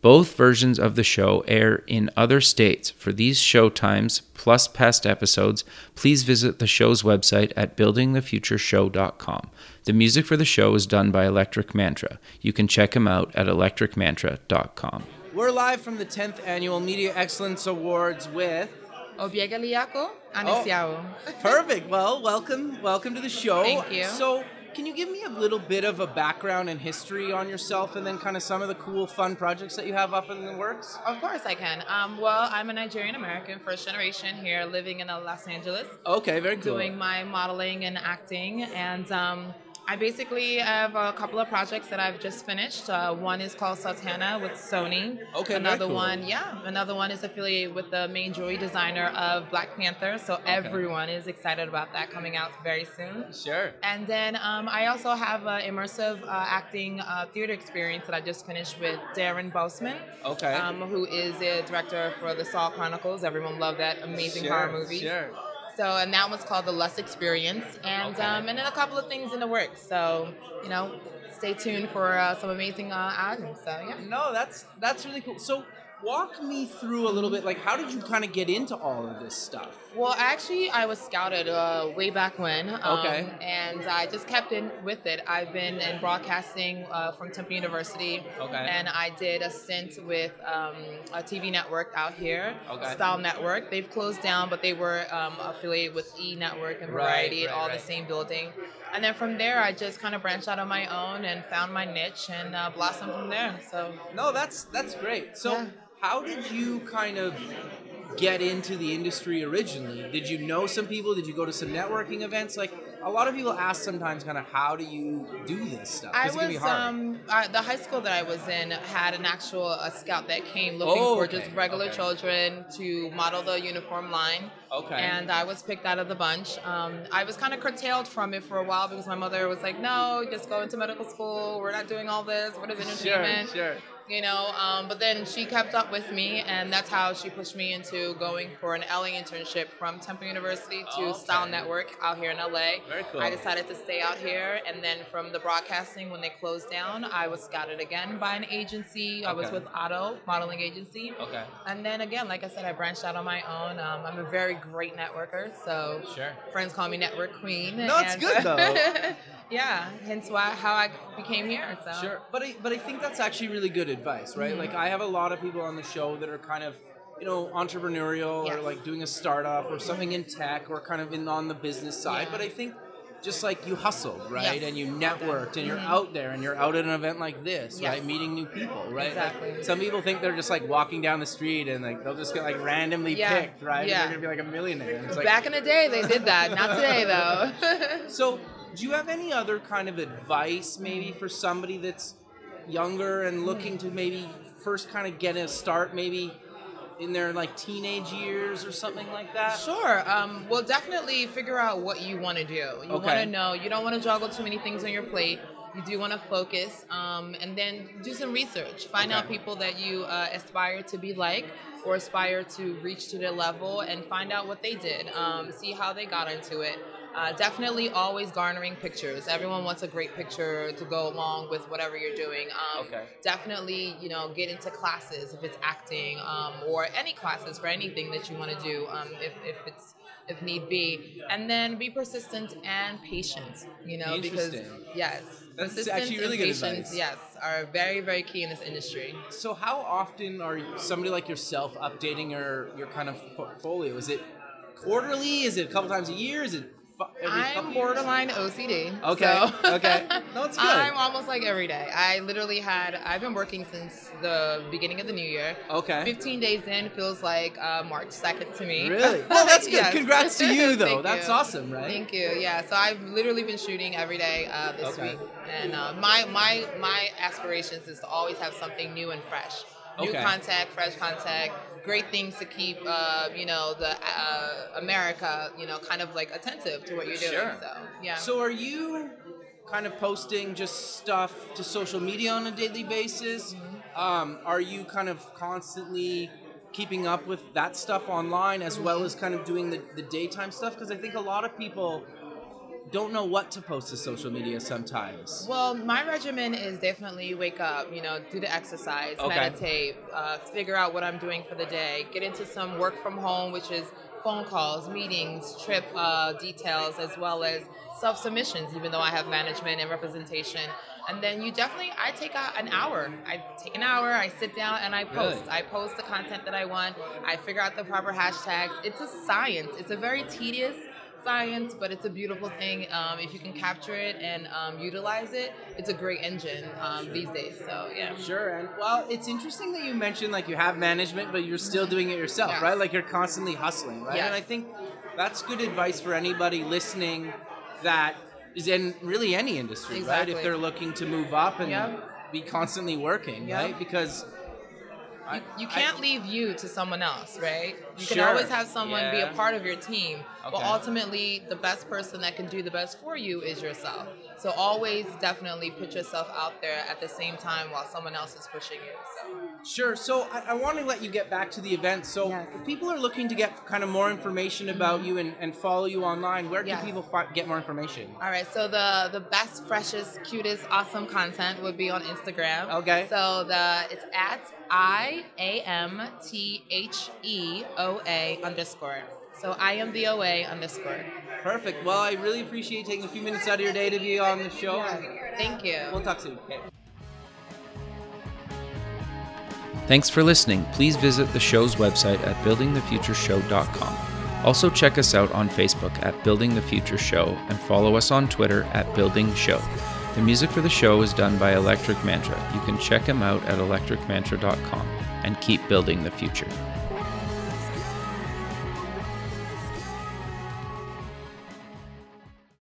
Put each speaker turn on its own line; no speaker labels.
Both versions of the show air in other states. For these show times plus past episodes, please visit the show's website at buildingthefutureshow.com. The music for the show is done by Electric Mantra. You can check him out at electricmantra.com.
We're live from the 10th Annual Media Excellence Awards with.
Obiegaliako Anesiao.
Perfect. Well, welcome, welcome to the show.
Thank you.
So, can you give me a little bit of a background and history on yourself, and then kind of some of the cool, fun projects that you have up in the works?
Of course I can. Um, well, I'm a Nigerian American, first generation here, living in uh, Los Angeles,
Okay, very cool.
doing my modeling and acting. And um, I basically have a couple of projects that I've just finished. Uh, one is called Sultana with Sony.
Okay, very
Another
cool.
one, yeah. Another one is affiliated with the main jewelry designer of Black Panther. So everyone is excited about that coming out very soon.
Sure.
And then um, I also have an immersive uh, acting uh, theater experience that I just finished with Darren Bousman,
Okay.
um, who is a director for the Saw Chronicles. Everyone loved that amazing
Sure,
horror movie.
Sure.
So, and that one's called The Less Experience. And, um, and then a couple of things in the works. So, you know, stay tuned for uh, some amazing uh, items. So, yeah.
No, that's that's really cool. So, walk me through a little bit. Like, how did you kind of get into all of this stuff?
Well, actually, I was scouted uh, way back when. um,
Okay.
And I just kept in with it. I've been in broadcasting uh, from Temple University.
Okay.
And I did a stint with um, a TV network out here,
Okay.
Style Network. They've closed down, but they were um, affiliated with E Network and
Right,
Variety,
right,
all
right.
the same building. And then from there, I just kind of branched out on my own and found my niche and uh, blossomed from there. So
No, that's that's great. So,
Yeah.
how did you kind of get into the industry originally? Did you know some people? Did you go to some networking events? Like a lot of people ask sometimes, kind of, how do you do this stuff? 'Cause
I
it can be
was
hard.
um I, the high school that I was in had an actual uh scout that came looking
Oh,
for
okay,
just regular
okay.
children to model the uniform line.
Okay.
And I was picked out of the bunch. Um, I was kind of curtailed from it for a while because my mother was like, "No, just go into medical school. We're not doing all this. What is entertainment?"
sure.
You know. Um, but then she kept up with me, and that's how she pushed me into going for an LA internship from Temple University to
Oh, Okay.
Style Network out here in LA.
Very cool.
I decided to stay out here, and then from the broadcasting, when they closed down, I was scouted again by an agency. I was
Okay.
with Otto Modeling Agency,
Okay.
and then again, like I said, I branched out on my own. Um, I'm a very great networker, so
Sure.
friends call me Network Queen.
No, it's
and-
good, though.
yeah, hence why how I became here. So
Sure. But I, but I think that's actually really good advice,
Mm-hmm.
right? Like I have a lot of people on the show that are kind of you know entrepreneurial or
Yes.
like doing a startup or something in tech or kind of in on the business side.
Yeah.
But I think just like you hustled, right?
Yes. Mm-hmm.
And you networked and you're out there and you're out at an event like this,
Yes.
right? Meeting new people, right?
Exactly.
Like, some people think they're just like walking down the street and like they'll just get like randomly
Yeah.
picked, right?
Yeah.
And they're gonna be like a millionaire. It's like,
Back in the day, they did that. Not today, though.
so, do you have any other kind of advice, maybe, for somebody that's younger
Hmm.
and looking to maybe first kind of get a start, maybe in their like teenage years or something like that?
Sure. Um, well, definitely figure out what you want to do. You want
Okay.
to know. You don't want to juggle too many things on your plate. You do want to focus, um, and then do some research. Find out
Okay.
people that you uh, aspire to be like, or aspire to reach to their level, and find out what they did. Um, see how they got into it. Uh, definitely always garnering pictures. Everyone wants a great picture to go along with whatever you're doing. Um,
Okay.
definitely you know get into classes if it's acting um, or any classes for anything that you want to do um, if, if it's if need be and then be persistent and patient you know because
Interesting.
yes
That's
persistence
actually really
and
good
patience
advice.
yes are very very key in this industry
So, how often are you, somebody like yourself updating your your kind of portfolio? Is it quarterly? Is it a couple times a year? Is it fu- every couple
I'm
years?
borderline OCD.
Okay,
so-
okay. No, it's good.
I'm almost like every day. I literally had. I've been working since the beginning of the new year.
Okay.
15 days in feels like uh, March 2nd to me.
Really? Well, that's good.
Yes.
Congrats to you, though.
Thank
That's
you.
awesome, right?
Thank you. Yeah. So I've literally been shooting every day uh, this
Okay.
week, and uh, my my my aspirations is to always have something new and fresh. New
Okay.
contact, fresh contact, great things to keep, uh, you know, the uh, America, you know, kind of like attentive to what you're doing.
Sure.
So, yeah.
So are you kind of posting just stuff to social media on a daily basis? Um, are you kind of constantly keeping up with that stuff online as well as kind of doing the, the daytime stuff? Because I think a lot of people don't know what to post to social media sometimes.
Well, my regimen is definitely wake up, you know, do the exercise,
Okay.
meditate, uh, figure out what I'm doing for the day, get into some work from home, which is phone calls, meetings, trip uh, details, as well as self submissions, even though I have management and representation. And then you definitely, I take a, an hour. I take an hour, I sit down and I post.
Really?
I post the content that I want, I figure out the proper hashtags. It's a science, it's a very tedious science, but it's a beautiful thing. Um, if you can capture it and um, utilize it, it's a great engine um, these days. So yeah.
Sure, and well, it's interesting that you mentioned like you have management, but you're still doing it yourself,
Yes.
right? Like you're constantly hustling, right?
Yes.
And I think that's good advice for anybody listening that is in really any industry, right? If
Exactly.
they're looking to move up and
Yeah.
be constantly working,
Yeah.
right? Because I-
You
I-
can't leave you to someone else, right? You can
Sure.
always have someone be a
Yeah.
part of your team, but
Okay.
ultimately, the best person that can do the best for you is yourself. So always definitely put yourself out there at the same time while someone else is pushing you. So.
Sure. So I, I want to let you get back to the event. So
Yes.
if people are looking to get kind of more information about you and, and follow you online, where can
Yes.
people fi- get more information?
All right, so the the best, freshest, cutest, awesome content would be on Instagram.
Okay.
So the it's at I A M T H E O A underscore. So I am the OA underscore.
Perfect. Well, I really appreciate taking a few minutes out of your day to be on the show. and
Thank you.
We'll talk soon.
Thanks for listening. Please visit the show's website at buildingthefutureshow.com. Also, check us out on Facebook at Building the Future Show and follow us on Twitter at Building Show. The music for the show is done by Electric Mantra. You can check him out at electricmantra.com and keep building the future.